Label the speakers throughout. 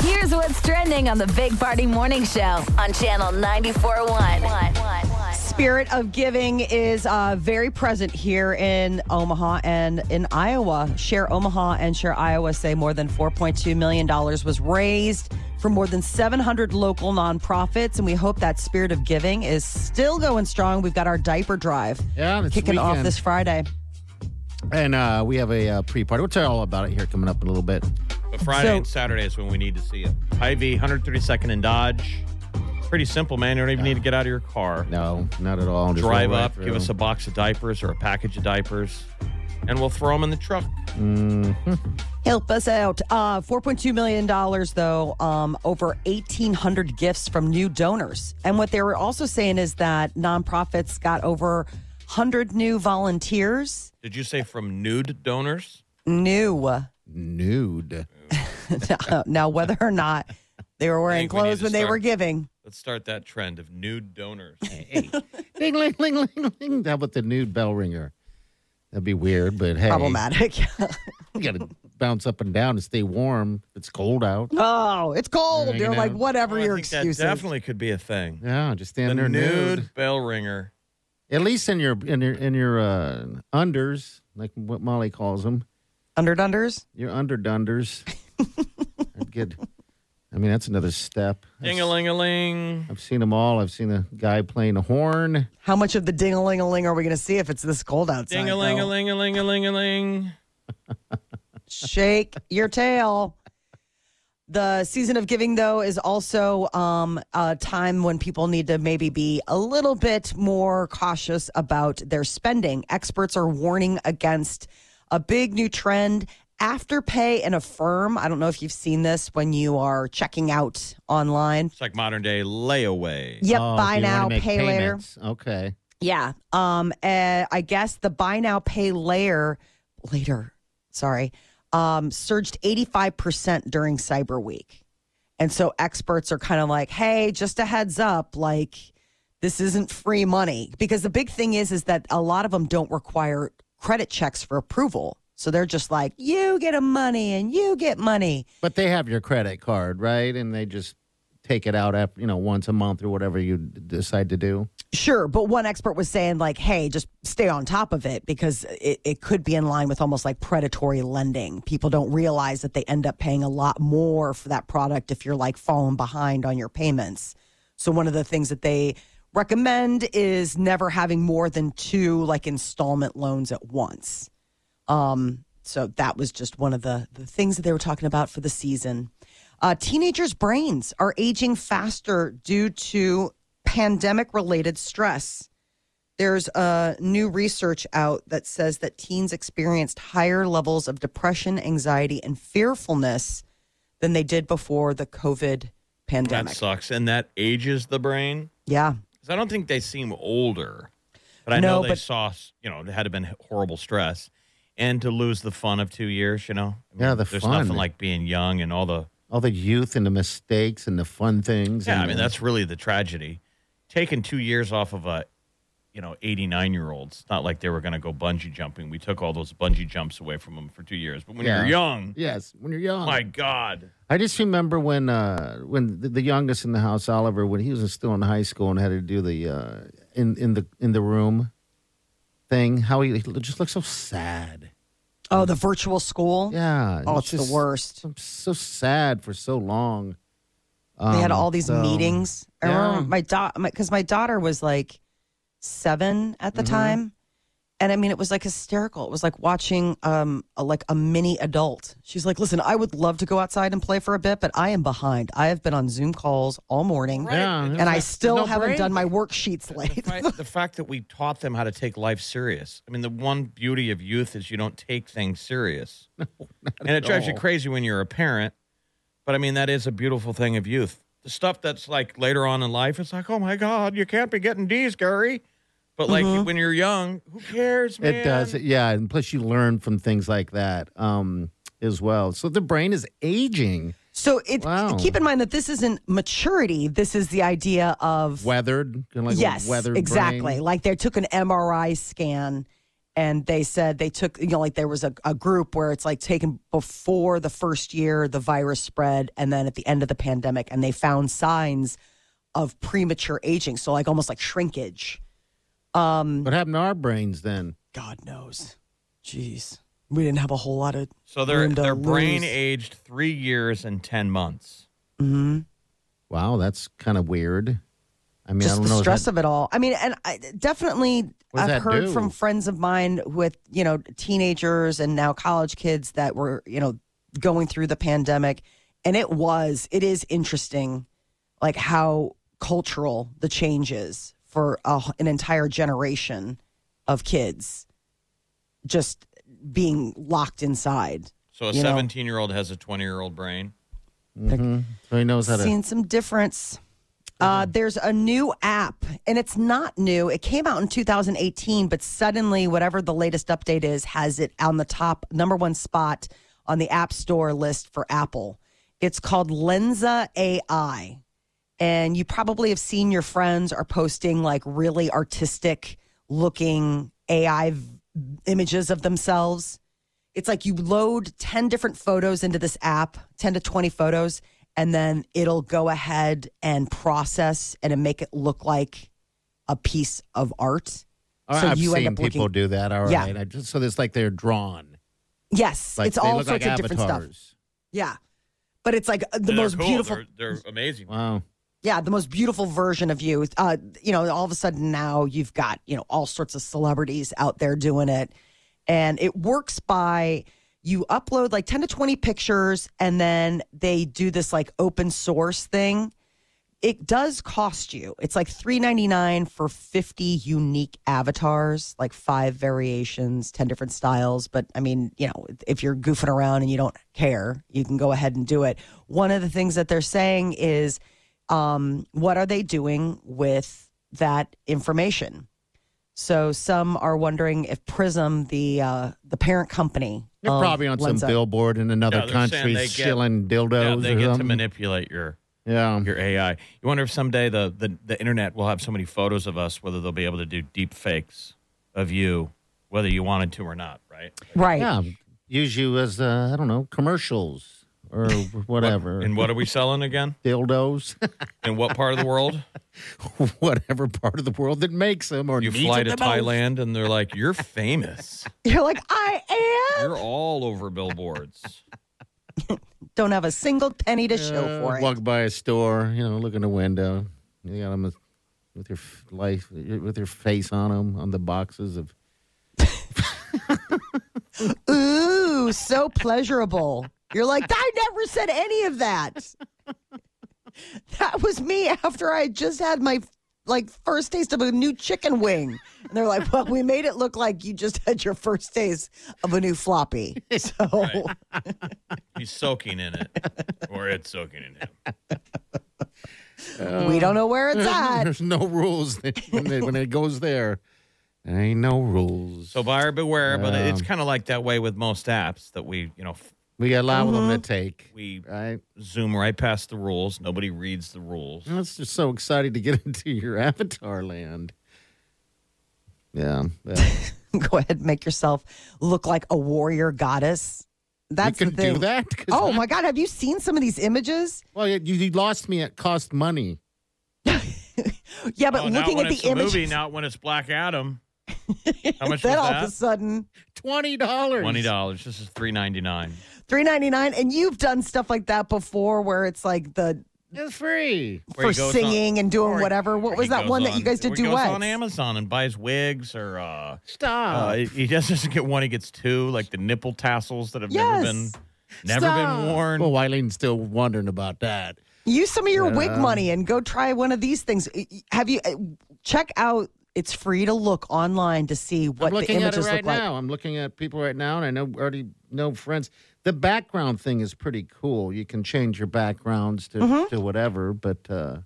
Speaker 1: Here's what's trending on the Big Party Morning Show on Channel 94.1.
Speaker 2: Spirit of giving is uh, very present here in Omaha and in Iowa. Share Omaha and Share Iowa say more than $4.2 million was raised for more than 700 local nonprofits. And we hope that spirit of giving is still going strong. We've got our diaper drive
Speaker 3: Yeah, it's
Speaker 2: kicking off
Speaker 3: weekend.
Speaker 2: this Friday.
Speaker 3: And uh, we have a uh, pre-party. We'll tell you all about it here coming up in a little bit.
Speaker 4: But Friday
Speaker 2: So-
Speaker 4: and Saturday is when we need to see it. Ivy, 132nd and Dodge. Pretty simple, man. You don't even need to get out of your car.
Speaker 3: No, not at all. Just
Speaker 4: Drive
Speaker 3: roll right
Speaker 4: up, give
Speaker 3: through.
Speaker 4: us a box of diapers or a package of diapers, and we'll throw them in the truck.
Speaker 2: Help us out. Uh, $4.2 million, though, um, over 1,800 gifts from new donors. And what they were also saying is that nonprofits got over 100 new volunteers.
Speaker 4: Did you say from nude donors?
Speaker 2: New.
Speaker 3: nude.
Speaker 2: now, whether or not they were wearing
Speaker 4: think we need
Speaker 2: clothes
Speaker 4: to
Speaker 2: when they were
Speaker 4: start-
Speaker 2: giving,
Speaker 4: Let's start that trend of nude donors.
Speaker 3: ding, ling, ling, ling, ling. That with the nude bell ringer. That'd be weird, but hey,
Speaker 2: problematic.
Speaker 3: you got to bounce up and down to stay warm. It's cold out.
Speaker 2: oh, it's cold.
Speaker 3: Hanging
Speaker 2: They're like,
Speaker 3: out.
Speaker 2: whatever
Speaker 4: Well, I
Speaker 2: your
Speaker 4: think
Speaker 2: excuse
Speaker 4: That
Speaker 2: is.
Speaker 4: definitely could be a thing.
Speaker 3: Yeah, just
Speaker 4: The
Speaker 3: stand there
Speaker 4: nude,
Speaker 3: nude.
Speaker 4: bell ringer.
Speaker 3: At least in your in your in your uh, unders, like what Molly calls them,
Speaker 2: Underdunders?
Speaker 3: your underdunders. I'd get. I mean, that's another step. I've-
Speaker 4: Ding a ling a ling.
Speaker 3: I've seen them all. I've seen a guy playing a horn.
Speaker 2: How much of the ding a ling a ling are we going to see if it's this cold outside?
Speaker 4: Ding a ling a
Speaker 2: though?
Speaker 4: ling a ling a ling a ling.
Speaker 2: shake your tail. The season of giving, though, is also um, a time when people need to maybe be a little bit more cautious about their spending. Experts are warning against a big new trend. Afterpay and Affirm. I don't know if you've seen this when you are checking out online.
Speaker 4: It's like modern day layaway.
Speaker 2: Yep,
Speaker 3: Oh, if
Speaker 2: buy
Speaker 3: you
Speaker 2: now,
Speaker 3: wanna
Speaker 2: pay
Speaker 3: make
Speaker 2: later.
Speaker 3: payments. Okay.
Speaker 2: Yeah. Um. Uh, I guess the buy now pay later, later. Sorry. Um. Surged eighty five percent during Cyber Week, and so experts are kind of like, hey, just a heads up, like this isn't free money because the big thing is is that a lot of them don't require credit checks for approval. So they're just like, you get a money and you get money.
Speaker 3: But they have your credit card, right? And they just take it out after, you know, once a month or whatever you d- decide to do.
Speaker 2: Sure, but one expert was saying like, "Hey, just stay on top of it because it, it could be in line with almost like predatory lending. People don't realize that they end up paying a lot more for that product if you're like falling behind on your payments." So one of the things that they recommend is never having more than two like installment loans at once. Um, so that was just one of the, the things that they were talking about for the season. Uh, teenagers' brains are aging faster due to pandemic related stress. There's a new research out that says that teens experienced higher levels of depression, anxiety, and fearfulness than they did before the COVID
Speaker 4: That
Speaker 2: pandemic.
Speaker 4: sucks. And that ages the brain.
Speaker 2: yeah.
Speaker 4: Because I don't think they seem older, but I
Speaker 2: No,
Speaker 4: know they
Speaker 2: but-
Speaker 4: saw, s- you know, it had to been horrible stress. And to lose the fun of two years, you know? I
Speaker 3: Yeah, the
Speaker 4: There's
Speaker 3: fun.
Speaker 4: nothing like being young and all the.
Speaker 3: All the youth and the mistakes and the fun things.
Speaker 4: Yeah,
Speaker 3: and
Speaker 4: I mean,
Speaker 3: the-
Speaker 4: that's really the tragedy. Taking two years off of a, you know, 89 year old, it's not like they were going to go bungee jumping. We took all those bungee jumps away from them for two years. But when
Speaker 3: Yeah.
Speaker 4: you're young,
Speaker 3: Yes, when you're young.
Speaker 4: my God.
Speaker 3: I just remember when uh, when the, the youngest in the house, Oliver, when he was still in high school and had to do the uh, in in the in the room thing, how he just looked so sad.
Speaker 2: Oh, the virtual school.
Speaker 3: Yeah.
Speaker 2: Oh, it's,
Speaker 3: just
Speaker 2: the worst.
Speaker 3: So, so sad for so long.
Speaker 2: they had
Speaker 3: Um,
Speaker 2: all these
Speaker 3: so-
Speaker 2: meetings. I
Speaker 3: yeah.
Speaker 2: remember my daughter, because my, daughter was like seven at the
Speaker 3: Mm-hmm.
Speaker 2: time, and I mean, it was like hysterical. It was like watching um a, like a mini adult. She's like, "Listen, I would love to go outside and play for a bit, but I am behind. I have been on Zoom calls all morning,
Speaker 3: Yeah,
Speaker 2: and I still
Speaker 3: no
Speaker 2: haven't
Speaker 3: break.
Speaker 2: done my worksheets
Speaker 4: the,
Speaker 2: late."
Speaker 4: fact, the fact that we taught them how to take life serious. I mean, the one beauty of youth is you don't take things serious. and it drives you
Speaker 3: all.
Speaker 4: crazy when you're a parent But I mean, that is a beautiful thing of youth. The stuff that's like later on in life, it's like, oh my God, you can't be getting D's, Gary. But like
Speaker 2: Mm-hmm.
Speaker 4: when you're young, who cares, man?
Speaker 3: It does. Yeah. And plus, you learn from things like that um, as well. So the brain is aging,
Speaker 2: So it,
Speaker 3: Wow.
Speaker 2: keep in mind that this isn't maturity. This is the idea of
Speaker 3: weathered, kind of like
Speaker 2: yes,
Speaker 3: a weathered
Speaker 2: exactly.
Speaker 3: brain.
Speaker 2: Like they took an MRI scan, and they said they took you know like there was a, a group where it's like taken before the first year the virus spread, and then at the end of the pandemic, and they found signs of premature aging. So like almost like shrinkage.
Speaker 3: What happened to our brains then?
Speaker 2: God knows. Jeez, we didn't have a whole lot of
Speaker 4: So their
Speaker 2: room to
Speaker 4: their brain
Speaker 2: lose.
Speaker 4: aged three years and ten months.
Speaker 3: Wow, that's kind of weird. I mean, I
Speaker 2: just
Speaker 3: don't
Speaker 2: the
Speaker 3: know.
Speaker 2: stress of it all. I mean, and I definitely
Speaker 3: What does
Speaker 2: I've
Speaker 3: that
Speaker 2: heard
Speaker 3: do?
Speaker 2: from friends of mine with you know teenagers and now college kids that were you know going through the pandemic, and it was it is interesting, like how cultural the change is for a, an entire generation of kids, just being locked inside.
Speaker 4: So a
Speaker 2: You know.
Speaker 4: seventeen year old has a twenty year old brain.
Speaker 3: so he knows how to.
Speaker 2: Seeing some difference. Uh, there's a new app, and it's not new. It came out in 2018, but suddenly, whatever the latest update is, has it on the top number one spot on the App Store list for Apple. It's called Lenza AI, and you probably have seen your friends are posting like really artistic looking AI v- images of themselves it's like you load 10 different photos into this app 10 to 20 photos and then it'll go ahead and process and make it look like a piece of art
Speaker 3: All right,
Speaker 2: so
Speaker 3: I've
Speaker 2: you end
Speaker 3: seen
Speaker 2: up looking-
Speaker 3: people do that. All right,
Speaker 2: Yeah.
Speaker 3: I just, so it's like they're drawn.
Speaker 2: yes
Speaker 3: Like
Speaker 2: it's
Speaker 3: they
Speaker 2: all
Speaker 3: look
Speaker 2: sorts
Speaker 3: like
Speaker 2: of
Speaker 3: avatars.
Speaker 2: different stuff yeah but it's like uh, the
Speaker 4: They're
Speaker 2: most
Speaker 4: cool.
Speaker 2: beautiful
Speaker 4: They're, they're amazing.
Speaker 3: Wow.
Speaker 2: yeah the most beautiful version of you uh, you know all of a sudden now you've got you know all sorts of celebrities out there doing it and it works by you upload like 10 to 20 pictures and then they do this like open source thing it does cost you it's like 3.99 for 50 unique avatars like five variations 10 different styles but i mean you know if you're goofing around and you don't care you can go ahead and do it one of the things that they're saying is um, what are they doing with that information so some are wondering if prism the uh, the parent company um,
Speaker 3: They're
Speaker 2: of
Speaker 3: probably on some
Speaker 2: Lenza-
Speaker 3: billboard in another
Speaker 4: Yeah, they're saying
Speaker 3: country
Speaker 4: they get-
Speaker 3: shilling
Speaker 4: Yeah,
Speaker 3: dildos
Speaker 4: they
Speaker 3: or
Speaker 4: get to
Speaker 3: something.
Speaker 4: manipulate your
Speaker 3: yeah.
Speaker 4: your AI. You wonder if someday the, the the internet will have so many photos of us, whether they'll be able to do deep fakes of you, whether you wanted to or not, right?
Speaker 2: right
Speaker 3: Yeah. Use you as, uh, I don't know, commercials or whatever.
Speaker 4: And what are we selling again?
Speaker 3: dildos,
Speaker 4: In what part of the world?
Speaker 3: whatever part of the world that makes them or
Speaker 4: You
Speaker 3: needs
Speaker 4: fly
Speaker 3: it
Speaker 4: to
Speaker 3: the most.
Speaker 4: Thailand and they're like, You're famous.
Speaker 2: you're like i am
Speaker 4: You're all over billboards.
Speaker 2: don't have a single penny to show
Speaker 3: Uh,
Speaker 2: for it
Speaker 3: Walk by a store, you know, look in the window. You got them with, with your f- life, with your face on them, on the boxes of.
Speaker 2: Ooh, so pleasurable. You're like, I never said any of that. That was me after I just had my like first taste of a new chicken wing. And they're like, Well, we made it look like you just had your first taste of a new floppy. So
Speaker 4: He's soaking in it. Or it's soaking in him.
Speaker 2: we don't know where it's at.
Speaker 3: There's no rules when it, when it goes there. There ain't no rules.
Speaker 4: So buyer beware, but it's
Speaker 3: Um,
Speaker 4: kind of like that way with most apps that we, you know, f-
Speaker 3: we allow
Speaker 2: Mm-hmm.
Speaker 3: them to take.
Speaker 4: we
Speaker 3: Right?
Speaker 4: zoom right past the rules. Nobody reads the rules.
Speaker 3: That's just so exciting to get into your avatar land. Yeah. yeah.
Speaker 2: Go ahead and make yourself look like a warrior goddess. That's
Speaker 3: you
Speaker 2: the
Speaker 3: can
Speaker 2: thing.
Speaker 3: do that. 'Cause-
Speaker 2: Oh my God, have you seen some of these images?
Speaker 3: Well, you, you lost me. It cost money.
Speaker 2: Yeah, but
Speaker 4: Oh, not
Speaker 2: looking
Speaker 4: when
Speaker 2: at the
Speaker 4: it's a
Speaker 2: images,
Speaker 4: movie, not when it's Black Adam. How much
Speaker 2: then all of a
Speaker 4: was
Speaker 2: sudden
Speaker 3: Twenty
Speaker 4: that?
Speaker 3: dollars.
Speaker 4: Twenty dollars. This is three ninety nine.
Speaker 2: three ninety nine, and you've done stuff like that before, where it's like the
Speaker 3: It's free.
Speaker 4: Where
Speaker 2: for
Speaker 4: he goes
Speaker 2: singing and doing
Speaker 4: or-
Speaker 2: whatever. What was that one that you guys did
Speaker 4: He goes
Speaker 2: duets?
Speaker 4: on Amazon and buys wigs, or uh,
Speaker 3: Stop.
Speaker 2: Oh.
Speaker 4: uh, he- he just doesn't get one; he gets two, like the nipple tassels that have never been,
Speaker 2: Yes.
Speaker 4: never
Speaker 3: Stop.
Speaker 4: been worn.
Speaker 3: Well, Wileen's still wondering about that.
Speaker 2: Use some of your wig money and go try one of these things. Have you uh, check out It's free to look online to see what
Speaker 3: I'm
Speaker 2: the
Speaker 3: looking at it
Speaker 2: images
Speaker 3: right
Speaker 2: look like.
Speaker 3: now. I'm looking at people right now, and I know already know friends. The background thing is pretty cool. You can change your backgrounds to,
Speaker 2: Mm-hmm.
Speaker 3: to whatever. But uh,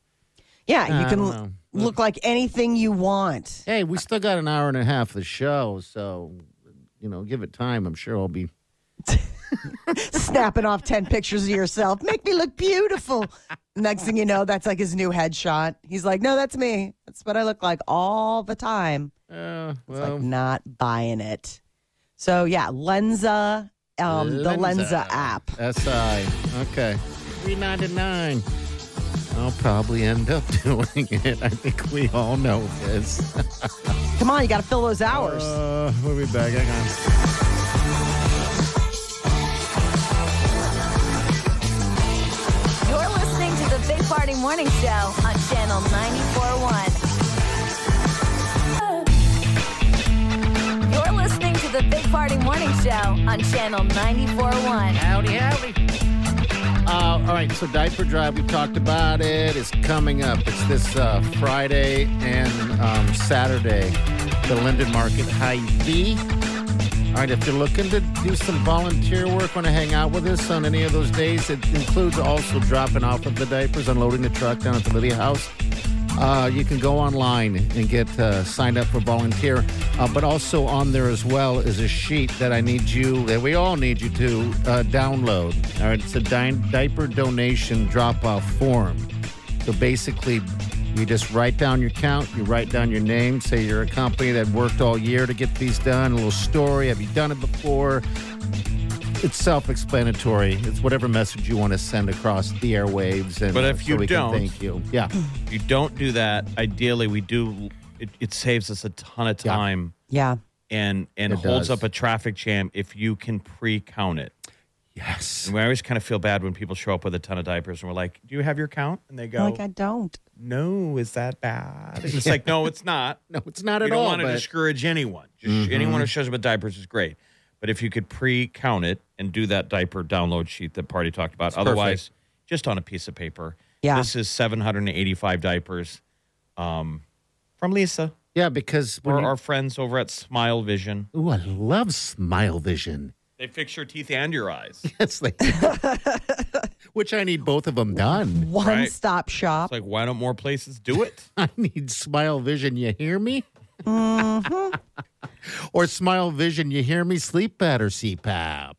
Speaker 2: Yeah, you
Speaker 3: I
Speaker 2: can
Speaker 3: don't
Speaker 2: l-
Speaker 3: know.
Speaker 2: look like anything you want.
Speaker 3: hey, we still got an hour and a half of the show, so you know, give it time. I'm sure I'll be.
Speaker 2: Snapping off 10 pictures of yourself. Make me look beautiful. Next thing you know, that's like his new headshot. He's like, no, that's me. That's what I look like all the time.
Speaker 3: Uh,
Speaker 2: It's
Speaker 3: well,
Speaker 2: like not buying it. So, yeah, Lenza, um, the Lenza app.
Speaker 3: SI. Okay. 399. I'll probably end up doing it. I think we all know this.
Speaker 2: Come on, you got to fill those hours.
Speaker 3: Uh, we'll be back. Hang on.
Speaker 1: You're listening to the Big Party Morning Show on Channel 941. You're listening to the Big Party Morning Show on Channel 941.
Speaker 3: Howdy, howdy. Uh, all right, so diaper drive, we've talked about it. It's coming up. It's this uh, Friday and um, Saturday, the Linden Market High V. All right, if you're looking to do some volunteer work, want to hang out with us on any of those days, it includes also dropping off of the diapers, unloading the truck down at the Lydia House. Uh, you can go online and get uh, signed up for volunteer. Uh, but also on there as well is a sheet that I need you, that we all need you to uh, download. All right, it's a di- diaper donation drop off form. So basically, you just write down your count, you write down your name, say you're a company that worked all year to get these done, a little story. Have you done it before? It's self explanatory. It's whatever message you want to send across the airwaves. And,
Speaker 4: But
Speaker 3: uh,
Speaker 4: if
Speaker 3: so
Speaker 4: you
Speaker 3: we can
Speaker 4: don't-
Speaker 3: thank you. Yeah.
Speaker 4: If you don't do that, ideally we do. It, it saves us a ton of
Speaker 3: Yeah.
Speaker 4: time
Speaker 2: Yeah.
Speaker 4: and and
Speaker 3: It
Speaker 4: holds
Speaker 3: does.
Speaker 4: up a traffic jam if you can pre-count it.
Speaker 3: Yes.
Speaker 4: And we always kind of feel bad when people show up with a ton of diapers and we're like, "Do you have your count?" And they go,
Speaker 2: Like, I don't.
Speaker 4: "No, is that bad?" And it's like, "No, it's not."
Speaker 3: No, it's not
Speaker 4: you
Speaker 3: at
Speaker 4: don't
Speaker 3: all.
Speaker 4: want to
Speaker 3: but Mm-hmm.
Speaker 4: discourage anyone. Just anyone who shows up with diapers is great. But if you could pre-count it and do that diaper download sheet that Party talked about, otherwise, just on a piece of paper.
Speaker 2: Yeah.
Speaker 4: this is 785 diapers um, from Lisa
Speaker 3: yeah, because
Speaker 4: or
Speaker 3: when you,
Speaker 4: our friends over at Smile Vision.
Speaker 3: ooh, I love Smile Vision.
Speaker 4: They fix your teeth and your eyes. It's
Speaker 3: That's like, which I need both of them done.
Speaker 2: One
Speaker 4: Right.
Speaker 2: stop shop.
Speaker 4: like, why don't more places do it?
Speaker 3: I need Smile Vision. You hear me?
Speaker 4: Mm-hmm.
Speaker 3: or Smile Vision. You hear me? Sleep better, CPAP.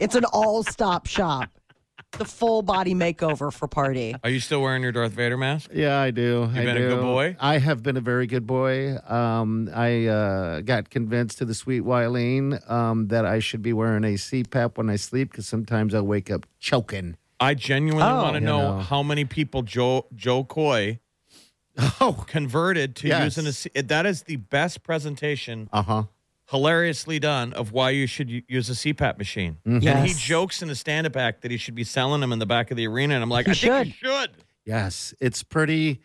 Speaker 2: It's an all stop shop. The full body makeover for party.
Speaker 4: Are you still wearing your Darth Vader mask?
Speaker 3: Yeah, I do. You've
Speaker 4: been a good boy?
Speaker 3: I have been a very good boy. Um, I uh, got convinced to the sweet Wileen um, that I should be wearing a CPAP when I sleep because sometimes I wake up choking.
Speaker 4: I genuinely
Speaker 2: Oh.
Speaker 4: want to
Speaker 3: You
Speaker 4: know,
Speaker 3: know.
Speaker 4: how many people Joe Joe Coy
Speaker 3: Oh,
Speaker 4: converted to
Speaker 3: Yes.
Speaker 4: using a. C- That is the best presentation,
Speaker 3: uh huh.
Speaker 4: hilariously done, of why you should u- use a CPAP machine. And he
Speaker 2: Yes.
Speaker 4: jokes in a stand-up act that he should be selling them in the back of the arena, and I'm like,
Speaker 2: He
Speaker 4: I think you should.
Speaker 3: Yes, it's pretty.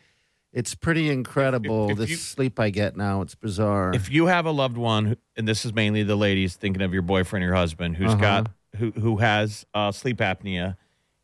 Speaker 3: It's pretty incredible.
Speaker 4: If- if
Speaker 3: this
Speaker 4: you-
Speaker 3: sleep I get now, it's bizarre.
Speaker 4: If you have a loved one, who- and this is mainly the ladies thinking of your boyfriend or husband who's
Speaker 3: Uh-huh.
Speaker 4: got who who has uh, sleep apnea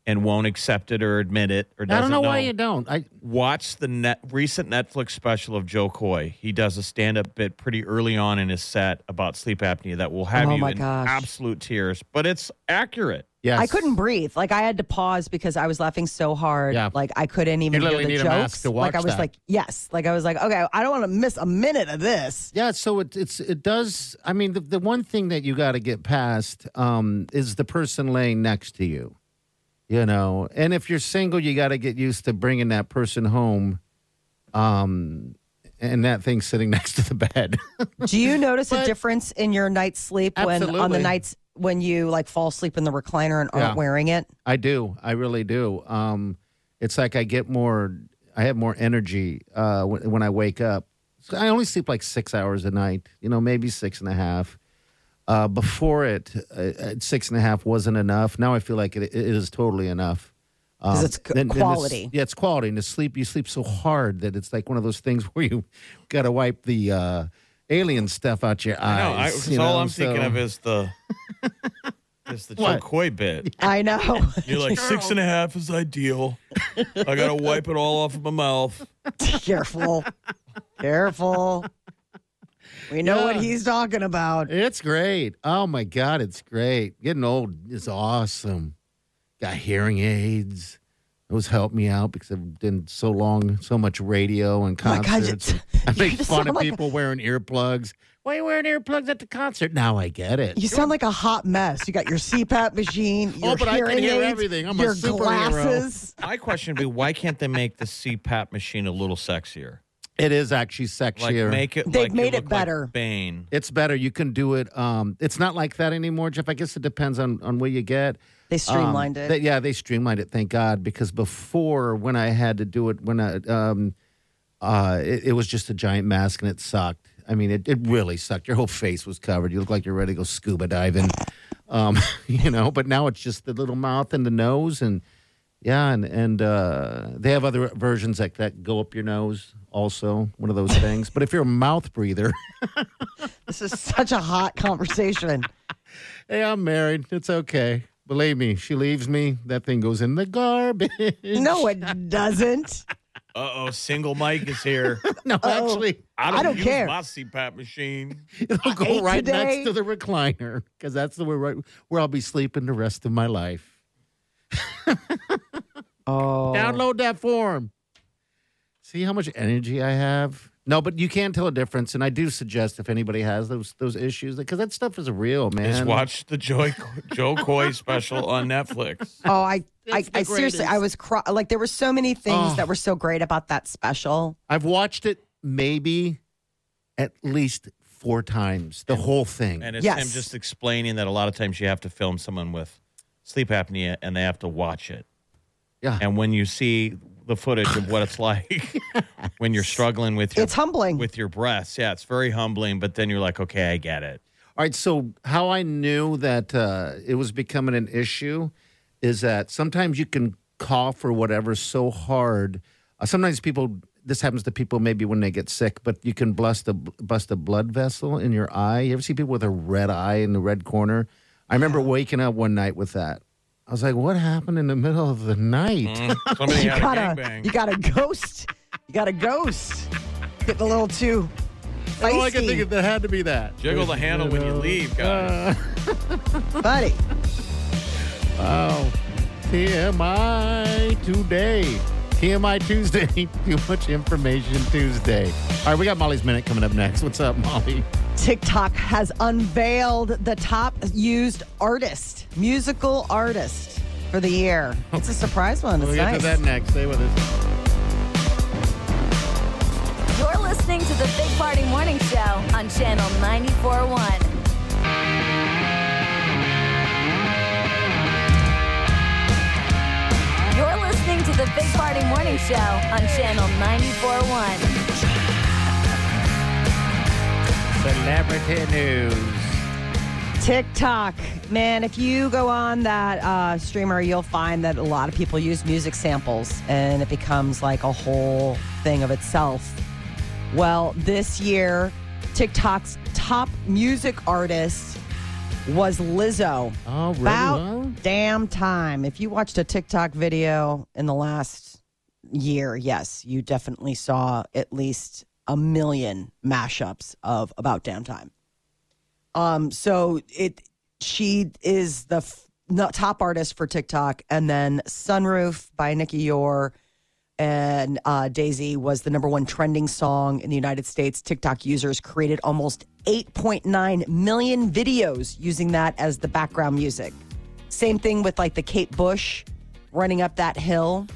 Speaker 4: and won't accept it or admit it or doesn't
Speaker 3: I don't know, why you don't. I
Speaker 4: watch the net, recent Netflix special of Joe Coy. He does a stand up bit pretty early on in his set about sleep apnea that will have
Speaker 2: Oh
Speaker 4: you
Speaker 2: my
Speaker 4: in
Speaker 2: gosh.
Speaker 4: absolute tears, but it's accurate.
Speaker 3: yes,
Speaker 2: I couldn't breathe. Like I had to pause because I was laughing so hard.
Speaker 3: Yeah.
Speaker 2: Like I couldn't even hear
Speaker 3: literally
Speaker 2: the
Speaker 3: need a
Speaker 2: jokes.
Speaker 3: mask to
Speaker 2: like I
Speaker 3: watch
Speaker 2: was
Speaker 3: that.
Speaker 2: like, yes. Like I was like, okay, I don't want to miss a minute of this.
Speaker 3: Yeah, so it, it's it does. I mean, the, the one thing that you got to get past um, is the person laying next to you. You know, and if you're single, you got to get used to bringing that person home, um, and that thing sitting next to the bed.
Speaker 2: Do you notice a
Speaker 3: But-
Speaker 2: difference in your night's sleep when on the
Speaker 3: Absolutely.
Speaker 2: nights when you like fall asleep in the recliner and aren't
Speaker 3: Yeah.
Speaker 2: wearing it?
Speaker 3: I do. I really do. Um, it's like I get more. I have more energy uh, when, when I wake up. So I only sleep like six hours a night. You know, maybe six and a half. Uh, before it, uh, uh, six and a half wasn't enough. Now I feel like it, it is totally enough.
Speaker 2: 'Cause it's c-
Speaker 3: and- and this-
Speaker 2: quality.
Speaker 3: yeah, it's quality. And to sleep, you sleep so hard that it's like one of those things where you got to wipe the uh, alien stuff out your
Speaker 4: No, I,
Speaker 3: eyes. you
Speaker 4: so all
Speaker 3: know,
Speaker 4: I'm thinking
Speaker 3: so-
Speaker 4: of is the is the Joe
Speaker 3: What?
Speaker 4: Coy bit.
Speaker 2: I know.
Speaker 4: You're like six and a half is ideal. I gotta wipe it all off of my mouth.
Speaker 2: Careful. Careful. We know what
Speaker 3: Yeah.
Speaker 2: he's talking about.
Speaker 3: It's great. Oh my God, it's great. Getting old is awesome. Got hearing aids. Those helped me out because I've done so long, so much radio and
Speaker 2: Oh my God, you-
Speaker 3: concerts. I
Speaker 2: you
Speaker 3: make
Speaker 2: just
Speaker 3: fun
Speaker 2: sound
Speaker 3: of
Speaker 2: like a-
Speaker 3: people wearing earplugs. Why are you wearing earplugs at the concert? Now I get it.
Speaker 2: You sound like a hot mess. You got your CPAP machine, your
Speaker 3: Oh, but I can
Speaker 2: hearing
Speaker 3: hear
Speaker 2: aids,
Speaker 3: everything. I'm a
Speaker 2: your
Speaker 3: superhero.
Speaker 2: glasses.
Speaker 4: My question would be why can't they make the CPAP machine a little sexier?
Speaker 3: it is actually
Speaker 4: Like
Speaker 3: sexier.
Speaker 4: make it.
Speaker 2: They've
Speaker 4: like
Speaker 2: made it
Speaker 4: look
Speaker 2: better.
Speaker 4: Like Bane.
Speaker 3: it's better. You can do it. Um, it's not like that anymore, Jeff. I guess it depends on, on where you get.
Speaker 2: They streamlined
Speaker 3: Um,
Speaker 2: it.
Speaker 3: they- yeah, they streamlined it. Thank God, because before when I had to do it, when I um, uh, it, it was just a giant mask and it sucked. I mean, it, it really sucked. Your whole face was covered. You look like you're ready to go scuba diving, um, you know. But now it's just the little mouth and the nose, and yeah, and and uh, they have other versions like that go up your nose. Also, one of those things. But if you're a mouth breather,
Speaker 2: This is such a hot conversation.
Speaker 3: hey, I'm married. It's okay. Believe me, she leaves me. That thing goes in the garbage.
Speaker 2: no, it doesn't.
Speaker 4: Uh oh, single Mike is here.
Speaker 3: No,
Speaker 2: Oh,
Speaker 3: actually,
Speaker 4: I
Speaker 2: don't
Speaker 4: don't,
Speaker 2: I don't use
Speaker 4: use
Speaker 2: care. my
Speaker 4: my CPAP machine.
Speaker 3: it'll
Speaker 2: ate
Speaker 3: go right
Speaker 2: today.
Speaker 3: next to the recliner because that's the way right, where I'll be sleeping the rest of my life.
Speaker 2: Oh,
Speaker 3: Download that form. See how much energy I have. No, but you can tell a difference, and I do suggest if anybody has those those issues, because that stuff is real, man.
Speaker 4: Just watch the Joy, Joe Coy special on Netflix.
Speaker 2: Oh, I, I,
Speaker 3: It's the
Speaker 2: I seriously, I
Speaker 3: greatest.
Speaker 2: was cry- like, there were so many things
Speaker 3: Oh.
Speaker 2: that were so great about that special.
Speaker 3: I've watched it maybe at least four times, the whole thing.
Speaker 4: And it's
Speaker 2: Yes.
Speaker 4: him just explaining that a lot of times you have to film someone with sleep apnea and they have to watch it.
Speaker 3: Yeah.
Speaker 4: And when you see the footage of what it's like when you're struggling with your
Speaker 2: It's humbling.
Speaker 4: with your breaths, yeah, it's very humbling. But then you're like, okay, I get it.
Speaker 3: All right. So how I knew that uh, it was becoming an issue is that sometimes you can cough or whatever so hard. Uh, sometimes people. This happens to people maybe when they get sick, but you can bust a bust a blood vessel in your eye. You ever see people with a red eye in the red corner? I remember waking up one night with that. I was like, "What happened in the middle of the night?"
Speaker 4: Somebody
Speaker 2: you
Speaker 4: had
Speaker 2: got
Speaker 4: a
Speaker 2: a,
Speaker 4: gangbang.
Speaker 2: you got a ghost. You got a ghost. Getting a little too spicy,
Speaker 3: All I could think of that had to be that.
Speaker 4: Jiggle the handle when you leave, guys.
Speaker 2: buddy.
Speaker 3: Oh, TMI today. TMI Tuesday. Too much information Tuesday. All right, we got Molly's Minute coming up next. What's up, Molly?
Speaker 2: TikTok has unveiled the top used artist, musical artist for the year. It's a surprise one. It's
Speaker 3: We'll get
Speaker 2: nice.
Speaker 3: to that next. Stay with us.
Speaker 1: You're listening to the Big Party Morning Show on Channel 94.1. You're listening to the Big Party Morning Show on Channel 94.1.
Speaker 3: Celebrity news.
Speaker 2: TikTok. Man, if you go on that uh, streamer, you'll find that a lot of people use music samples and it becomes like a whole thing of itself. Well, this year, TikTok's top music artist was Lizzo.
Speaker 3: Oh, really?
Speaker 2: About
Speaker 3: Well,
Speaker 2: damn time. If you watched a TikTok video in the last year, yes, you definitely saw at least a million mashups of About Damn Time. Um, so it she is the f- no- top artist for TikTok, and then Sunroof by Nicki Yor and uh, Daisy was the number one trending song in the United States. TikTok users created almost 8.9 million videos using that as the background music. Same thing with like the Kate Bush running up that hill.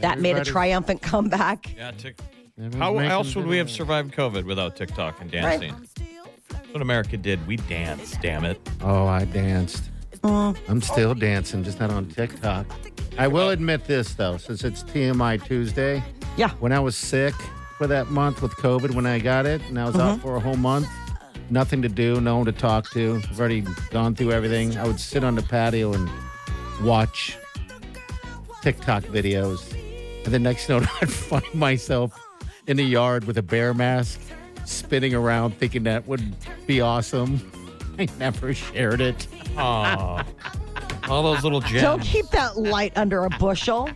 Speaker 2: That made a
Speaker 3: Everybody's-
Speaker 2: triumphant comeback.
Speaker 4: Yeah, tick.
Speaker 3: everyone's
Speaker 4: How
Speaker 3: making
Speaker 4: else would we have
Speaker 3: videos.
Speaker 4: survived COVID without TikTok and dancing? That's what America did. We danced, damn it.
Speaker 3: Oh, I danced. I'm still dancing, just not on TikTok. I will admit this, though, since it's TMI Tuesday.
Speaker 2: Yeah.
Speaker 3: When I was sick for that month with COVID, when I got it, and I was out for a whole month, nothing to do, no one to talk to. I've already gone through everything. I would sit on the patio and watch TikTok videos. And the next note, I'd find myself in the yard with a bear mask, spinning around, thinking that would be awesome. I never shared it.
Speaker 4: Aw. all those little gems.
Speaker 2: Don't keep that light under a bushel.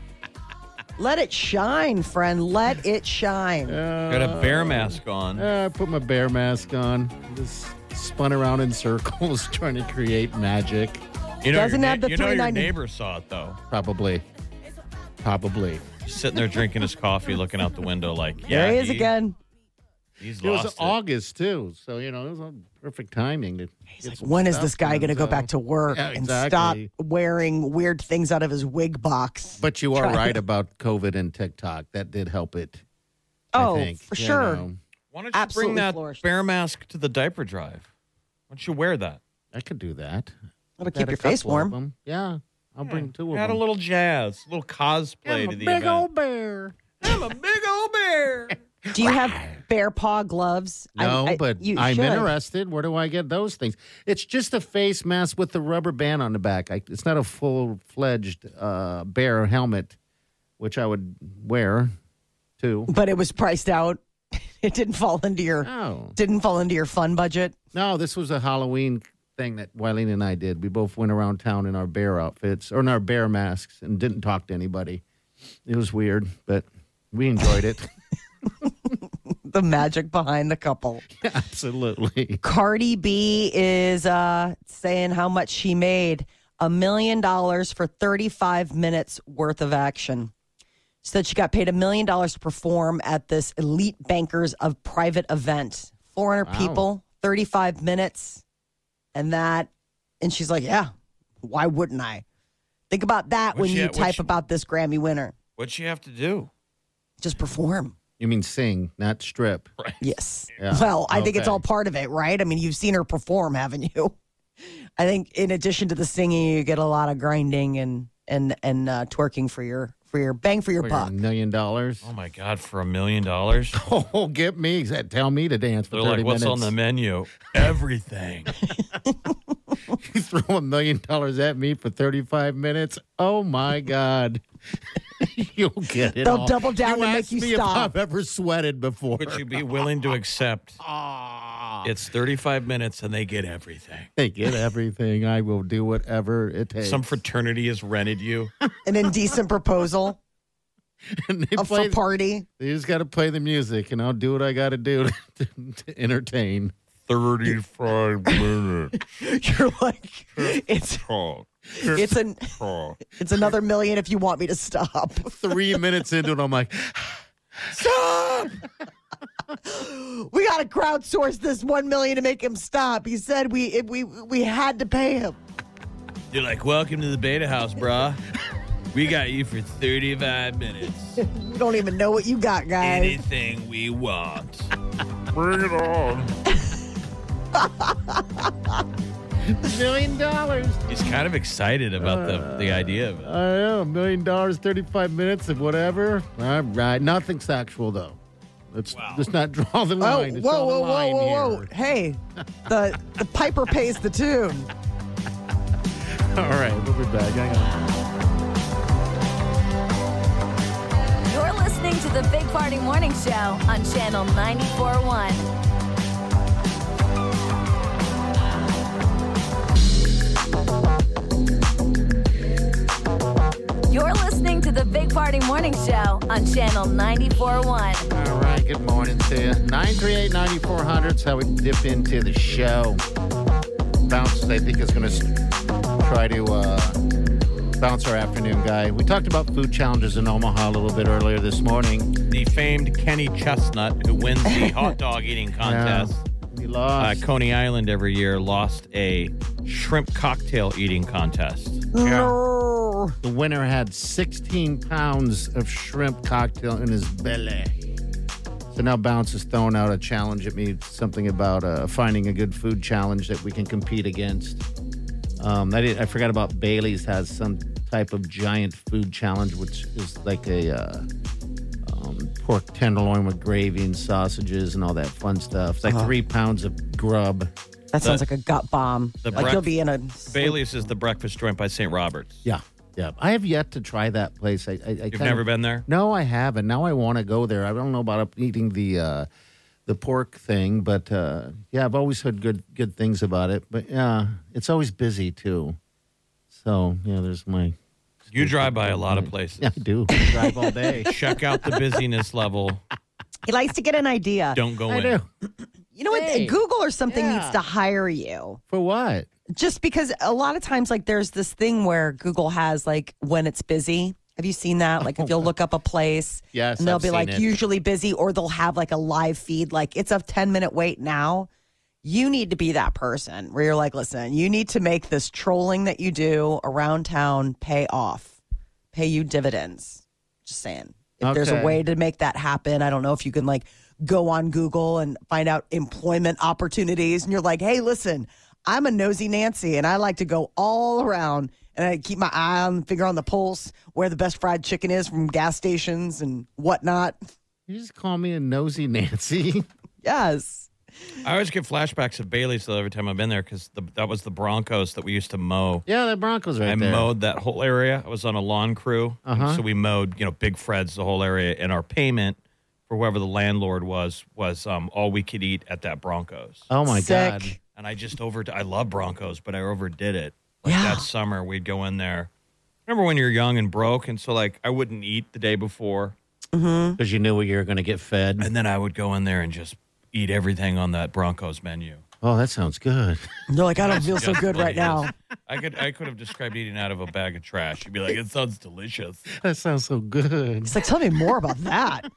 Speaker 2: Let it shine, friend. Let it shine.
Speaker 4: Got a bear mask on.
Speaker 3: Uh, I put my bear mask on. Just spun around in circles trying to create magic.
Speaker 4: you know,
Speaker 2: doesn't
Speaker 4: your,
Speaker 2: have
Speaker 4: na-
Speaker 2: the
Speaker 4: you know your
Speaker 2: 390.
Speaker 4: neighbor saw it though.
Speaker 3: Probably. Probably.
Speaker 4: Just sitting there drinking his coffee, looking out the window, like yeah,
Speaker 2: there he is again.
Speaker 4: He's
Speaker 3: It
Speaker 4: lost
Speaker 3: was August, too. So, you know, it was a perfect timing. To get some
Speaker 2: When is
Speaker 3: stuff
Speaker 2: this guy
Speaker 3: done,
Speaker 2: going to go
Speaker 3: so-
Speaker 2: back to work
Speaker 3: Yeah,
Speaker 2: and stop
Speaker 3: exactly.
Speaker 2: wearing weird things out of his wig box?
Speaker 3: But you are right about COVID and TikTok. That did help it.
Speaker 2: oh,
Speaker 3: I think,
Speaker 2: for
Speaker 3: you
Speaker 2: sure.
Speaker 3: know.
Speaker 4: Why don't you bring
Speaker 2: Absolutely
Speaker 4: that
Speaker 2: flourished.
Speaker 4: bear mask to the diaper drive? Why don't you wear that?
Speaker 3: I could do that.
Speaker 2: That'll
Speaker 3: Got
Speaker 2: keep
Speaker 3: a
Speaker 2: your face
Speaker 3: couple of
Speaker 2: warm.
Speaker 3: 'em. Yeah, I'll bring two of
Speaker 4: Add a
Speaker 3: them.
Speaker 4: little jazz, a little cosplay
Speaker 3: I'm a
Speaker 4: to the
Speaker 3: big
Speaker 4: event.
Speaker 3: old bear.
Speaker 4: I'm a big old bear.
Speaker 2: Do you have bear paw gloves? I-
Speaker 3: No,
Speaker 2: I-
Speaker 3: but
Speaker 2: you
Speaker 3: I'm
Speaker 2: should.
Speaker 3: interested. Where do I get those things? It's just a face mask with the rubber band on the back. I, it's not a full fledged uh, bear helmet, which I would wear too.
Speaker 2: But it was priced out. It didn't fall into your
Speaker 3: Oh
Speaker 2: didn't fall into your fun budget.
Speaker 3: no, this was a Halloween thing that Wileen and I did. We both went around town in our bear outfits or in our bear masks and didn't talk to anybody. It was weird, but we enjoyed it.
Speaker 2: The magic behind the couple.
Speaker 3: Absolutely.
Speaker 2: Cardi B is uh, saying how much she made a million dollars for 35 minutes worth of action. So that she got paid a million dollars to perform at this elite bankers of private event. 400
Speaker 3: Wow.
Speaker 2: people, 35 minutes, and that. And she's like, yeah, why wouldn't I? Think about that
Speaker 4: What's
Speaker 2: when
Speaker 4: she-
Speaker 2: you
Speaker 4: what's
Speaker 2: type
Speaker 4: she-
Speaker 2: about this Grammy winner.
Speaker 4: What'd you have to do?
Speaker 2: Just perform.
Speaker 3: You mean sing, not strip.
Speaker 2: Yes.
Speaker 3: Yeah.
Speaker 2: Well, I think it's
Speaker 3: Okay.
Speaker 2: all part of it, right? I mean, you've seen her perform, haven't you? I think in addition to the singing, you get a lot of grinding and and and uh, twerking for your for your bang for your
Speaker 3: For your
Speaker 2: buck.
Speaker 3: million dollars.
Speaker 4: Oh my God, for a million dollars?
Speaker 3: Oh, get me. Tell me to dance for
Speaker 4: They're
Speaker 3: 30
Speaker 4: like, what's on
Speaker 3: minutes.
Speaker 4: the menu? Everything.
Speaker 3: You throw a million dollars at me for 35 minutes. Oh, my God. You'll get it
Speaker 2: They'll
Speaker 3: all.
Speaker 2: double down and make
Speaker 3: asked
Speaker 2: you
Speaker 3: me
Speaker 2: stop.
Speaker 3: if I've ever sweated before.
Speaker 4: Would you be willing to accept?
Speaker 3: Ah,
Speaker 4: It's 35 minutes and they get everything.
Speaker 3: they get everything. I will do whatever it takes.
Speaker 4: Some fraternity has rented you.
Speaker 2: An indecent proposal
Speaker 3: and they
Speaker 2: a
Speaker 3: play,
Speaker 2: for party.
Speaker 3: They just got to play the music, and I'll do what I got to do to, to entertain.
Speaker 4: 35 minutes.
Speaker 2: You're like, it's
Speaker 4: Talk.
Speaker 2: it's an
Speaker 4: Talk.
Speaker 2: it's another million if you want me to stop.
Speaker 3: Three minutes into it, I'm like,
Speaker 2: Stop! we got to crowdsource this one million to make him stop. He said we if we we had to pay him.
Speaker 4: You're like, welcome to the beta house, bruh. We got you for 35 minutes.
Speaker 2: We don't even know what you got, guys.
Speaker 4: Anything we want.
Speaker 3: million dollars.
Speaker 4: He's kind of excited about
Speaker 3: Uh.
Speaker 4: the, the idea of it.
Speaker 3: I don't know, a million dollars, 35 minutes of whatever. All right. Nothing sexual, though. Let's let's not draw the
Speaker 2: Oh,
Speaker 3: line. It's
Speaker 2: whoa,
Speaker 3: all
Speaker 2: whoa,
Speaker 3: a
Speaker 2: whoa,
Speaker 3: line
Speaker 2: whoa, whoa.
Speaker 3: here.
Speaker 2: Hey, the the piper pays the tune.
Speaker 3: All right, we'll be back. Hang on.
Speaker 1: You're listening to the Big Party Morning Show on Channel 94.1. You're listening to the Big Party Morning Show on Channel 94.1.
Speaker 3: All right, good morning to you. 938 9400 is how we dip into the show. Bounce, I think, is going to try to uh, bounce our afternoon guy. We talked about food challenges in Omaha a little bit earlier this morning.
Speaker 4: The famed Kenny Chestnut, who wins the hot dog eating contest.
Speaker 3: Yeah, we
Speaker 4: uh,
Speaker 3: lost.
Speaker 4: Coney Island every year lost a shrimp cocktail eating contest.
Speaker 2: No.
Speaker 3: the winner had 16 pounds of shrimp cocktail in his belly. So now Bounce is throwing out a challenge at me, something about uh, finding a good food challenge that we can compete against. Um, I, did, I forgot about Bailey's has some type of giant food challenge, which is like a uh, um, pork tenderloin with gravy and sausages and all that fun stuff. It's like three pounds of grub.
Speaker 2: That sounds like a gut bomb.
Speaker 4: the
Speaker 2: Like
Speaker 4: breakf-
Speaker 2: you'll be in a
Speaker 4: Bailey's is the breakfast joint by St. Roberts.
Speaker 3: Yeah, yeah. I have yet to try that place. I, I, I
Speaker 4: You've never been there?
Speaker 3: No, I haven't. Now I want to go there. I don't know about eating the uh, the pork thing, but uh, yeah, I've always heard good good things about it. But yeah, it's always busy too. So yeah, there's my
Speaker 4: You drive by a lot of places.
Speaker 3: Mm-hmm. I do. I drive all day.
Speaker 4: Check out the busyness level.
Speaker 2: He likes to get an idea.
Speaker 4: Don't go
Speaker 3: I
Speaker 4: in.
Speaker 3: do.
Speaker 2: You know what?
Speaker 3: Hey.
Speaker 2: Google or something
Speaker 3: Yeah.
Speaker 2: needs to hire you.
Speaker 3: For what?
Speaker 2: Just because a lot of times, like, there's this thing where Google has, like, when it's busy. Have you seen that? Like, if you'll look up a place,
Speaker 3: Oh, Yes,
Speaker 2: and they'll
Speaker 3: I've
Speaker 2: be
Speaker 3: seen
Speaker 2: like,
Speaker 3: it.
Speaker 2: usually busy, or they'll have, like, a live feed, like, it's a 10 minute wait now. You need to be that person where you're like, listen, you need to make this trolling that you do around town pay off, pay you dividends. Just saying. If there's a
Speaker 3: Okay.
Speaker 2: way to make that happen, I don't know if you can like go on Google and find out employment opportunities and you're like, hey, listen, I'm a nosy Nancy and I like to go all around and I keep my eye on finger on the pulse where the best fried chicken is from gas stations and whatnot.
Speaker 3: You just call me a nosy Nancy.
Speaker 2: Yes.
Speaker 4: I always get flashbacks of Bailey's though every time I've been there because the, that was the Broncos that we used to mow.
Speaker 3: yeah, that Broncos right
Speaker 4: I
Speaker 3: there. Uh-huh.
Speaker 4: mowed that whole area. I was on a lawn crew, so we mowed, you know, Big Fred's the whole area, and our payment for whoever the landlord was was um, all we could eat at that Broncos.
Speaker 3: Oh my
Speaker 2: Sick.
Speaker 3: god.
Speaker 4: And I just over, I love Broncos, but I overdid it. Like that summer, we'd go in there. Remember when you're young and broke, and so like I wouldn't eat the day before,
Speaker 2: Mm-hmm.
Speaker 3: Because you knew what you were going to get fed.
Speaker 4: and then I would go in there and just eat everything on that Broncos menu.
Speaker 3: Oh, that sounds good.
Speaker 2: And they're like, I don't feel so
Speaker 4: Just
Speaker 2: good
Speaker 4: what
Speaker 2: right
Speaker 4: it is.
Speaker 2: now.
Speaker 4: I could I could have described eating out of a bag of trash. You'd be like, it sounds delicious.
Speaker 3: that sounds so good.
Speaker 2: It's like, tell me more about that.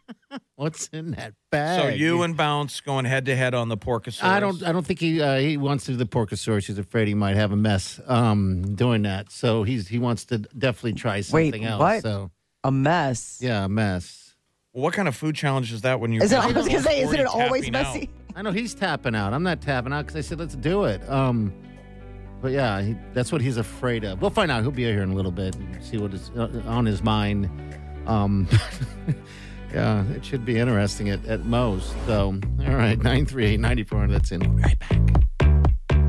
Speaker 3: What's in that bag?
Speaker 4: So you and Bounce going head to head on the porcosaurus.
Speaker 3: I don't. I don't think he uh, he wants to do the porcosaurus. He's afraid he might have a mess um, doing that. So he's he wants to definitely try something else.
Speaker 2: what?
Speaker 3: So
Speaker 2: A mess.
Speaker 3: yeah, a mess.
Speaker 4: Well, what kind of food challenge is that when you?
Speaker 2: Is it, I was gonna say, isn't it
Speaker 4: Already
Speaker 2: always
Speaker 4: tapping out.
Speaker 2: messy?
Speaker 3: I know he's tapping out. I'm not tapping out because I said let's do it. Um, but yeah, he, that's what he's afraid of. We'll find out. He'll be here in a little bit. And see what is uh, on his mind. Um, yeah, it should be interesting at, at most. So all right, nine three eight ninety four. That's in. We'll be right back.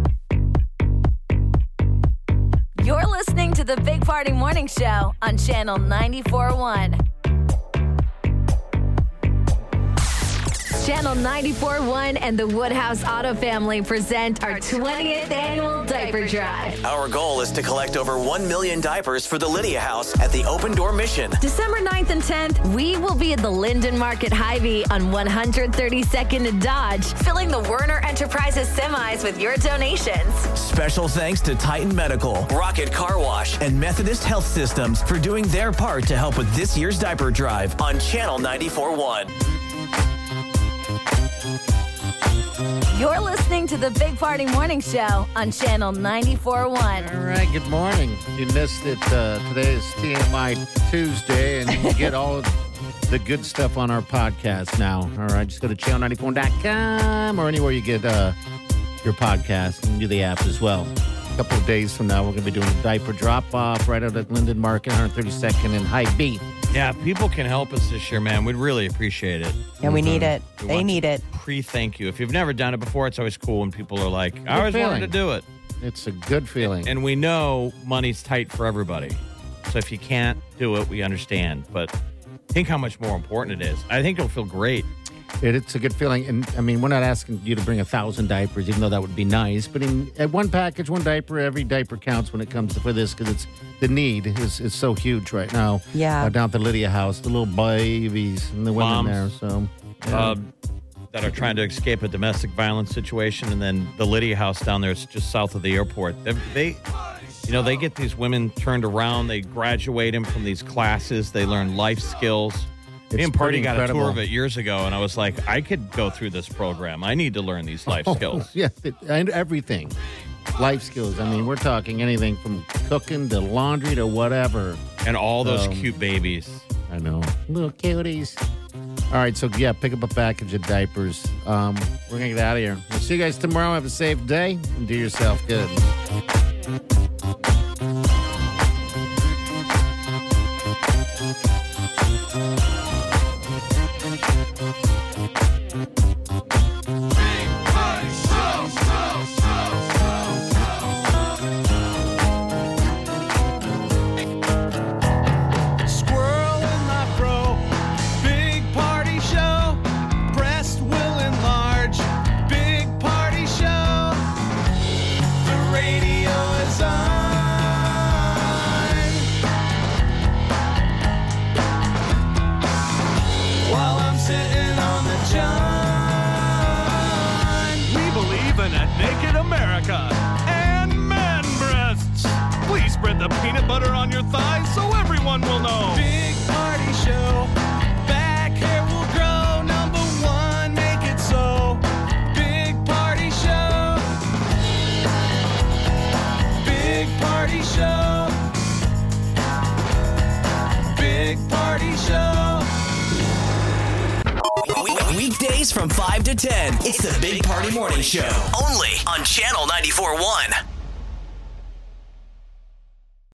Speaker 1: You're listening to the Big Party Morning Show on Channel 94.1. Channel 94.1 and the Woodhouse Auto Family present our 20th annual diaper drive.
Speaker 5: Our goal is to collect over 1 million diapers for the Lydia House at the Open Door Mission.
Speaker 1: December 9th and 10th, we will be at the Linden Market Hy-Vee on 132nd and Dodge, filling the Werner Enterprises semis with your donations.
Speaker 5: Special thanks to Titan Medical, Rocket Car Wash, and Methodist Health Systems for doing their part to help with this year's diaper drive on Channel 94.1.
Speaker 1: You're listening to the Big Party Morning Show on Channel 94.1.
Speaker 3: All right, good morning. If you missed it, uh, today is TMI Tuesday, and you can get all the good stuff on our podcast now. All right, just go to channel94.com or anywhere you get uh, your podcast and do the app as well. A couple of days from now, we're going to be doing a diaper drop off right out at Linden Market, 132nd and High B.
Speaker 4: Yeah, if people can help us this year, man. We'd really appreciate it.
Speaker 2: And we need it.
Speaker 4: We
Speaker 2: They
Speaker 4: want-
Speaker 2: need it.
Speaker 4: Pre thank you. If you've never done it before, it's always cool when people are like, I always
Speaker 3: feeling.
Speaker 4: wanted to do it.
Speaker 3: It's a good feeling.
Speaker 4: And we know money's tight for everybody. So if you can't do it, we understand. But think how much more important it is. I think it'll feel great.
Speaker 3: It, it's a good feeling, and I mean, we're not asking you to bring a thousand diapers, even though that would be nice. But in at one package, one diaper, every diaper counts when it comes to for this because it's the need is, is so huge right now.
Speaker 2: Yeah.
Speaker 3: uh, down at the Lydia house, the little babies and the women
Speaker 4: Moms.
Speaker 3: there. So, yeah.
Speaker 4: Um, that are trying to escape a domestic violence situation, and then the Lydia House down there, it's just south of the airport. They, they- you know, they get these women turned around. They graduate them from these classes. They learn life skills. Me
Speaker 3: It's
Speaker 4: and Party
Speaker 3: pretty
Speaker 4: got a
Speaker 3: incredible.
Speaker 4: tour of it years ago, and I was like, I could go through this program. I need to learn these life skills.
Speaker 3: yeah, it- and everything, life skills. I mean, we're talking anything from cooking to laundry to whatever.
Speaker 4: And all those
Speaker 3: Um,
Speaker 4: cute babies.
Speaker 3: I know. Little cuties. All right, so yeah, pick up a package of diapers. Um, we're going to get out of here. We'll see you guys tomorrow. Have a safe day and do yourself good.
Speaker 6: Squirrel in my fro. Big party show. Breast will enlarge. Big party show. The radio everyone will know. Big party show. Back hair will grow. Number one, make it so. Big party show. Big party show. Big party show.
Speaker 5: Weekdays from 5 to 10. It's the Big Party Morning Show. Only on Channel 94.1.